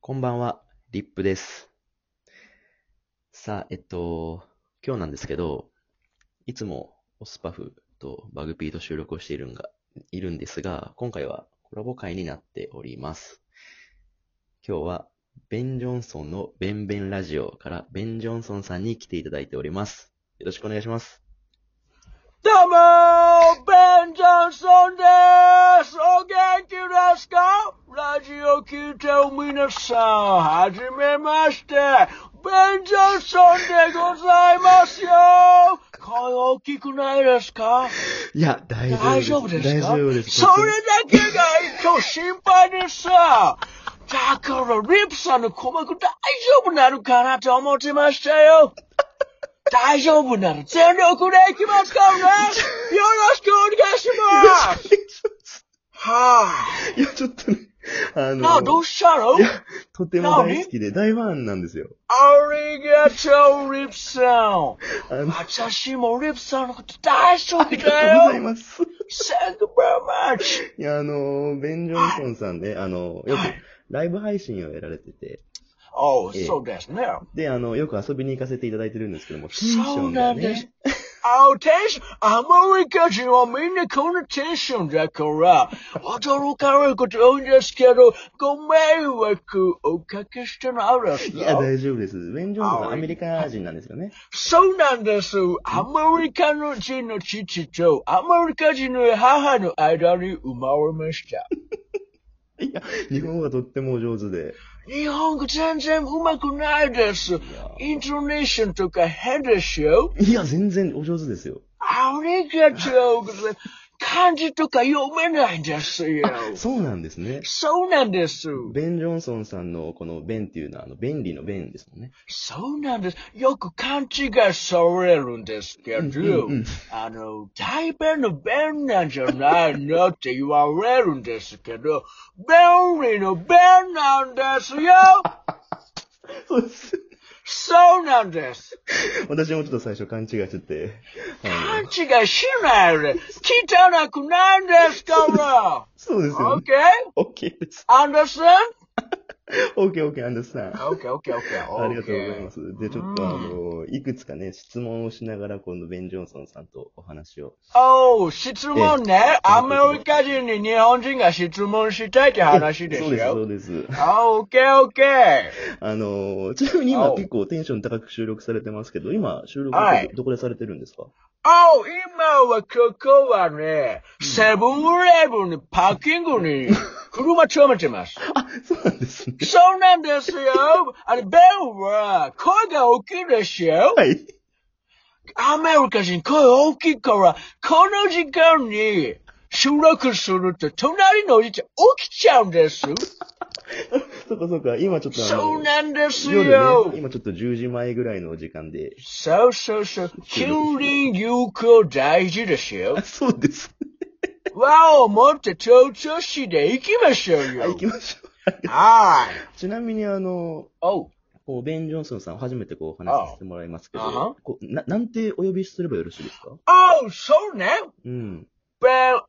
こんばんは、リップです。さあ、えっと、今日なんですけど、いつもオスパフとバグピーと収録をしているんが、いるんですが、今回はコラボ会になっております。今日は、ベン・ジョンソンのベンベンラジオからベン・ジョンソンさんに来ていただいております。よろしくお願いします。どうもーベン・ジョンソンでーすお元気ですかラジオ聞いてる皆さん、はじめましてベン・ジョンソンでございますよー声大きくないですかいや、大大丈夫ですか大丈夫です。それだけが一応心配でさ。だから、リップさんの鼓膜大丈夫なるかなと思ってまし たよ。大丈夫なら全力でいきますからね。よろしくお願いします。はい、いや、ちょっとね、あなあ、どの、うしたのいやとても大好きで大ファンなんですよ。ありがとう、リップさん。あの、私もリップさんのこと大好あきりがとうごだざいよ。ます。 Thank you very much. いや、あのー、ベン・ジョンソンさんね、あのー、よくはいライブ配信をやられてて、 Oh, ええそうですね。で、あの、よく遊びに行かせていただいてるんですけども、テンショそうンながんですね、。あ、私、アメリカ人はみんなこのテンションだから、驚かれること多いんですけど、ご迷惑おかけしてないですいや、よ。大丈夫です。ベン・ジョンソンさんあアメリカ人なんですよね。そうなんです。アメリカの人の父とアメリカ人の母の間に生まれました。いや、日本語がとってもお上手で。日本語全然うまくないです。イントネーションとか変でしょいや、全然お上手ですよ。ありがとうございます。漢字とか読めないんですよ。そうなんですね。そうなんです。ベン・ジョンソンさんのこのベンっていうのは、あの、便利のベンですもんね。そうなんです。よく勘違いされるんですけど、うんうんあの、大便の便なんじゃないのって言われるんですけど、便利の便なんですよそうです。そうなんです。私もちょっと最初勘違いしてて。あ勘の違いしないで、汚くないんですから。そうですよね。 Okay? オッケーです。 Understand? オッケーオッケー、アンダースタン。 Okay, okay, okay. ありがとうございます okay.。で、ちょっとあうの、いくつかね、質問をしながら、このベン・ジョンソンさんとお話を。おう、質問ね。えアメリカ人に日本人が質問したいって話ですそうです、そよ。うです。あ、オッケーオッケー。あの、ちなみに今お結構テンション高く収録されてますけど、今収録はどいどこでされてるんですかおう、今はここはね、セブンイレブンのパーキングに車止め てます。あ、そうなんですね。そうなんですよ。あれ、ベンは声が大きいでしょはい。 アメリカ人声大きいから、この時間に収録すると隣の家起きちゃうんです。そうかそうか、今ちょっとあそうの、なんです夜よね、。今ちょっと10時前ぐらいの時間で。そうそうそう。近隣友好大事ですよあ、。そうです。和をもって調調子で行きましょうはい、行よ。きましょう。はい。ちなみにあの、おう。こう、ベン・ジョンソンさん、初めてこう、お話しさせてもらいますけああはど、こうな、なんてお呼びすればよろしいですかおう、そうね。うん。ベン、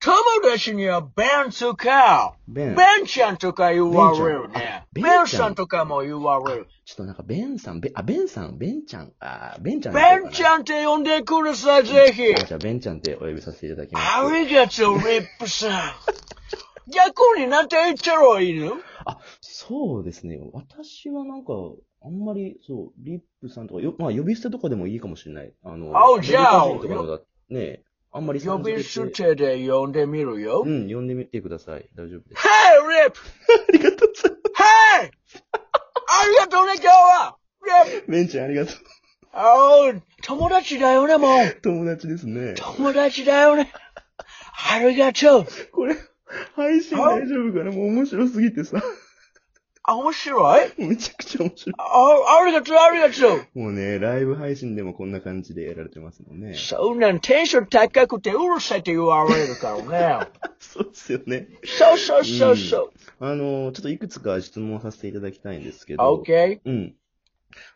友達にはベンとか、ベン。ベンちゃんとか言われるね。ベベンちゃんあベンちゃんンさんとかも言われる。ちょっとなんか、ベンさん、ベン、あ、ベンさん、ベンちゃん、あー、ベンちゃんの方かベな。ンちゃんって呼んでください、ぜひ。あじゃあ、ベンちゃんってお呼びさせていただきます。ありがとう、リップさん。逆になんて言ったらいいのそうですね。私はなんか、あんまり、そう、リップさんとか、よ、まあ、呼び捨てとかでもいいかもしれない。あの、あじゃあアメリカ人とかのだね、あんまり呼び捨て。てで呼んでみるよ。うん、呼んでみてください。大丈夫 です。 Hey, Rip! ありがとうございま Hey! ありがとうね、今日は !Rip! す。ベンちゃん、ありがとう。おう、友達だよね、もう。友達ですね。友達だよね。ありがとう。これ、配信大丈夫かなもう面白すぎてさ、 あ、面白いめちゃくちゃ面白い。あ、ありがとう、ありがとう。もうね、ライブ配信でもこんな感じでやられてますもんね。そんなんテンション高くてうるさいって言われるからね。 そうですよね。そうそうそうそう。あの、ちょっといくつか質問させていただきたいんですけど。 OK? うん。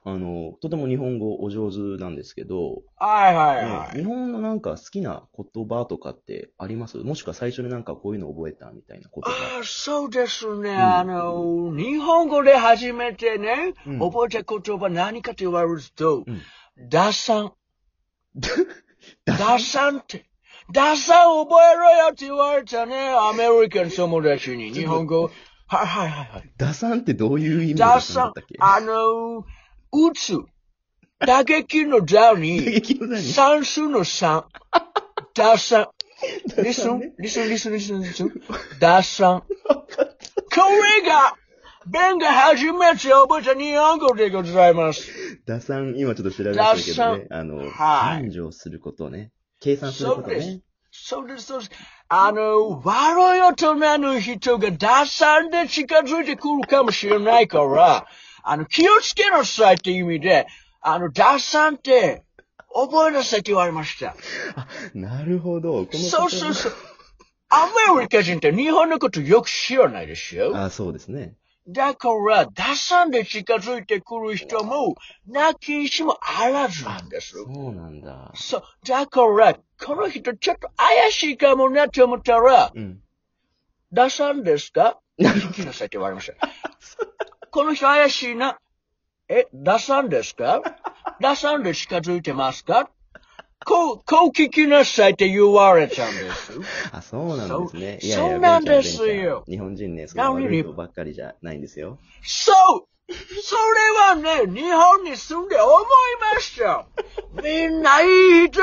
あの、とても日本語お上手なんですけど、はいはいねは日い。本のなんか好きな言葉とかってありますもしくは最初になんかこういうの覚えたみたいなことが。あーそうですね、んあの、日本語で初めてね、うん覚えた言葉何かと言われるうと、ん打算。打算って。打算覚えろよって言われたね、アメリカン友達に。日本語。はいはいはいはい。 打算ってどういう意味の打打算だ算ったっ け、あの、打つ。打撃の打 に、激怒だね算数の算。打算。打算 listen, ね listen, listen, listen, listen. 打算。これが、ベンが初めて覚えた日本語でございます。打算、今ちょっと調べましたけどね。あの、はい繁盛することね。計算することそうですね。そうです、そうです。あの、悪い大人の人が打算で近づいてくるかもしれないから、あの、気をつけなさいって意味で、あの、打算って、覚えなさいって言われました。なるほど。このそうそうそう。アメリカ人って日本のことよく知らないですよ。あ、そうですね。だから、打算で近づいてくる人も、なきにしもあらずなんです。そうなんだ。そう、だから、この人ちょっと怪しいかもなって思ったら、うん。出さんですか行きなさいって言われました。この人怪しいな。え、出さんですか出さんで近づいてますかこう、こう聞きなさいって言われたんです。あ、そうなんですね。そいやいうやそうなんですベよンちゃんベンちゃん日本人ね、その悪いことばっかりじゃないんですよ。そうそれはね、日本に住んで思いました。みんないい人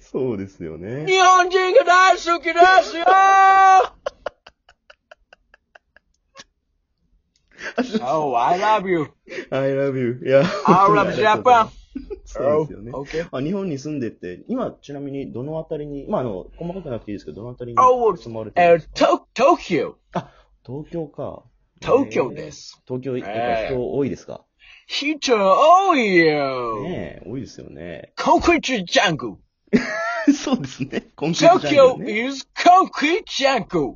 そうですよね。日本人が大好きですよそう、I love you. I love you. いや、 I 本 当にあ love りがと Japan. うございますそうですよね。 Oh, okay. あ日本に住んでって、今ちなみにどのあたりに、まああの、細かくなくていいですけど、どのあたりに Oh, 住まれてるんえですー、か、と、東京。東京か。東京でえす。ー。東京、やっえぱえ人多いですか、人多いよ。ねえ、多いですよ ね。 concrete jungle. そうですね。今週 Tokyo is concrete jungle.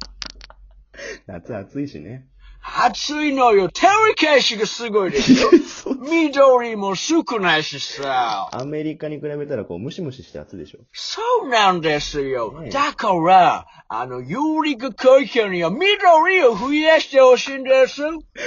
夏暑いしね。暑いのよ。照り返しがすごい ですよ。そう緑も少ないしさ。アメリカに比べたらこう、ムシムシして暑いでしょ。そうなんですよね。だから、あの、有力環境には緑を増やしてほしいん です。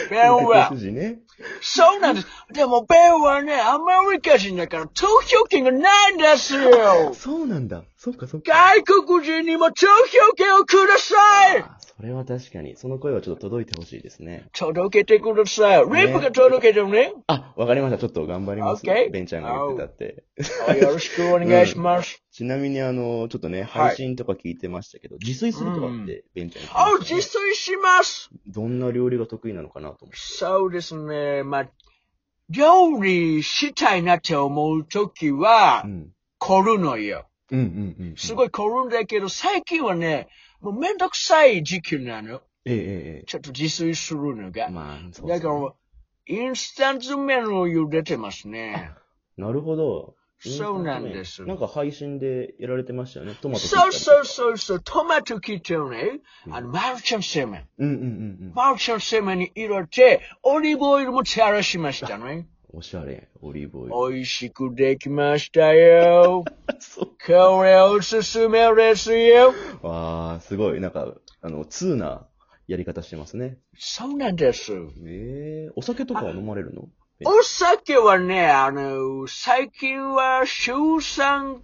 ベン外。は国人ね。そうなんです。でも、ベンはね、アメリカ人だから、投票権がないんですよ。 そうなんだ。そっかそっか。外国人にも投票権をくださいあそれは確かに、その声はちょっと届いてほしいですね。届けてください。リップが届けても ね。あ、わかりました。ちょっと頑張ります。 OK ベンちゃんが言ってたって。よろしくお願いします。ちなみに、あの、ちょっとね、はい配信とか聞いてましたけど、自炊するとかって、ベンちゃん に聞きましあ、たね自炊します。どんな料理が得意なのかなと思って。そうですね。まあ、料理したいなって思うときはう、ん。凝るのよ。うんうんうんうん。すごい凝るんだけど、最近はね、もうめんどくさい時期なの。ええええちょっと自炊するのえがえ。。まあ、そうでだすかね。ら、インスタント麺を茹でてますね。なるほど。そうなんですなんか配信でやられてましたよね。トマト切ったりそうとかそうそうそう、トマト切ってね、あの、マルちゃんセメン。うんうんうんうん。マルちゃんセメンに入れて、オリーブオイルも垂らしましたね。おしゃれ、オリーブオイ美味しくできましたよ。ル。 そう。これおすすめですよ。わあ、すごい。なんか、あの、通なやり方してますね。そうなんです。ええお酒とかは飲まれるのお酒はね、あの、最近は週3、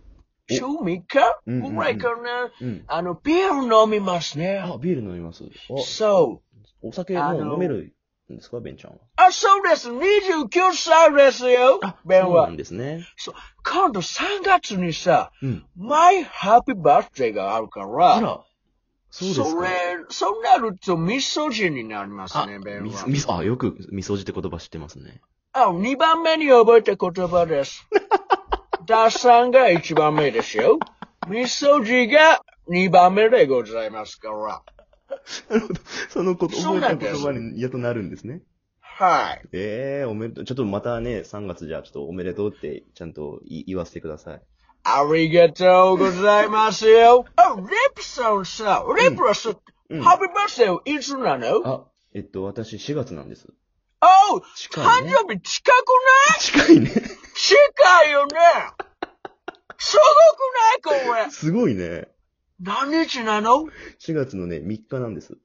週3日うんうんうんぐらいかな。うん。あの、ビール飲みますね。あ、ビール飲みます。あ、そう。お酒もう飲めるんですか、ベンちゃんは。あ、そうです。29歳ですよ。ベンそうなはん。ですね。そう今度3月にさ、うん。マイハッピーバースデーがあるから、あら、そうですか。それ、そうなると味噌汁になりますあ、ね、ベンみはそ、。みそ、あ、よく、みそじって言葉知ってます ね。あ、2番目に覚えた言 葉です。ダさんが1番目ですよ。味噌汁が2番目でございますから。なるほど。そのこと、覚そうえなたんだ言よ葉にやっとなるんですね。はい。ええおめでとう。ちょっとまたね、3月じゃ、ちょっとおめでとうって、ちゃんとい言わせてください。ありがとうございますよ。あ、レプさんさ、レプはさ、うんハッピーバースデーいつなのあ、えっと、私4月なんです。おう近い誕ね。生日近くない近いね。 近いよねすごくないこれ。すごいね。何日なのおう4月のね、3日なんです。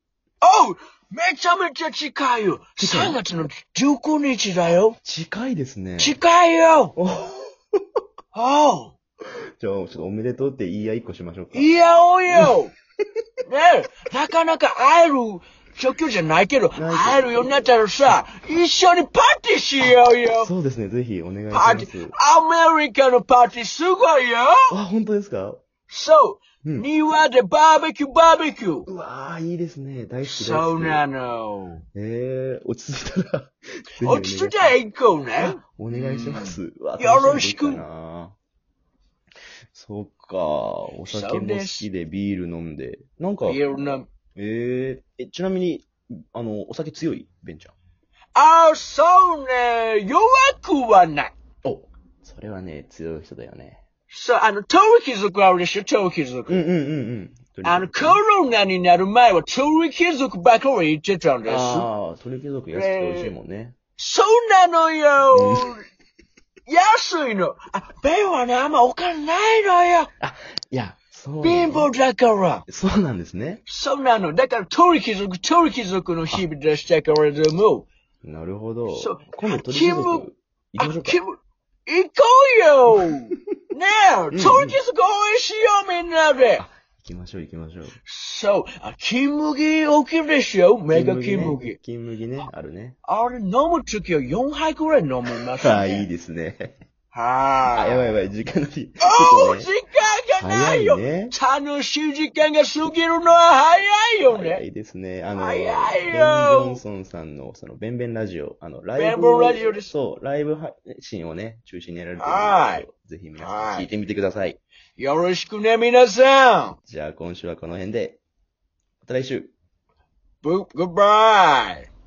めちゃめちゃ近いよ。近い3月の19日だよ。近いですね。近いよ。おじおうゃあ、ちょっとおめでとうって言い合いっこしましょうか。いやお うよ。ねえ、なかなか会える状況じゃないけど、けど会えるようになったらさ、一緒にパーティーしようよ。そうですね、ぜひお願いしパまーティす。ー、アメリカのパーティーすごいよ。あ、本当ですかそうう、ん。庭でバーベキュー、バーベキュー。うわー、いいですね。大好きです。そうなの。えー、落ち着いたら ぜひお願い。落ち着いたら行こうね。お願いします。うわよろしく楽みにできたなそっか、お酒そうもです好きでビール飲んで。なんか、いろんな。えー、え、ちなみに、あの、お酒強いベンちゃん。あ、そうね。弱くはない。おそれはね、強い人だよね。そう、あの、鳥貴族あるでしょ、鳥貴族。うんうんうんうん。あの、コロナになる前は鳥貴族ばかり言ってたんです。ああ、鳥貴族安くて美味しいもんね。そうなのよ。安いの。あ、ベイはね、あんまお金ないのよ。いや、そう。貧乏だから。そうなんですね。そうなの。だから、鳥貴族、鳥貴族の日々でしたけれども。なるほど。そう今度鳥貴キム族、行きましょうかあ。キム行こうよねえ、ん鳥貴族応援しようみんなであ行きましょう行きましょう。そう、あ、金麦大きいでしょメガ金金麦麦。。金麦ね、あるね。あれ飲むときは4杯くらい飲みます、ね。ああ、いいですね。はあ、い。やばいやばい、時間がちおょう、っと時ね間がないよ、早いね楽しい時間が過ぎるのは早いよ早ね。いですね。あの、早ベいン・ジよョンソンさんの、その、ベンベンラジオ、あの、ライブ。ベンベンラジオですそう、ライブ配信をね、中心にやられてるんはでいすけど、ぜひ皆さん聞いてみてください。よろしくね、皆さん。じゃあ、今週はこの辺で、また来週。ブ、グッバイ。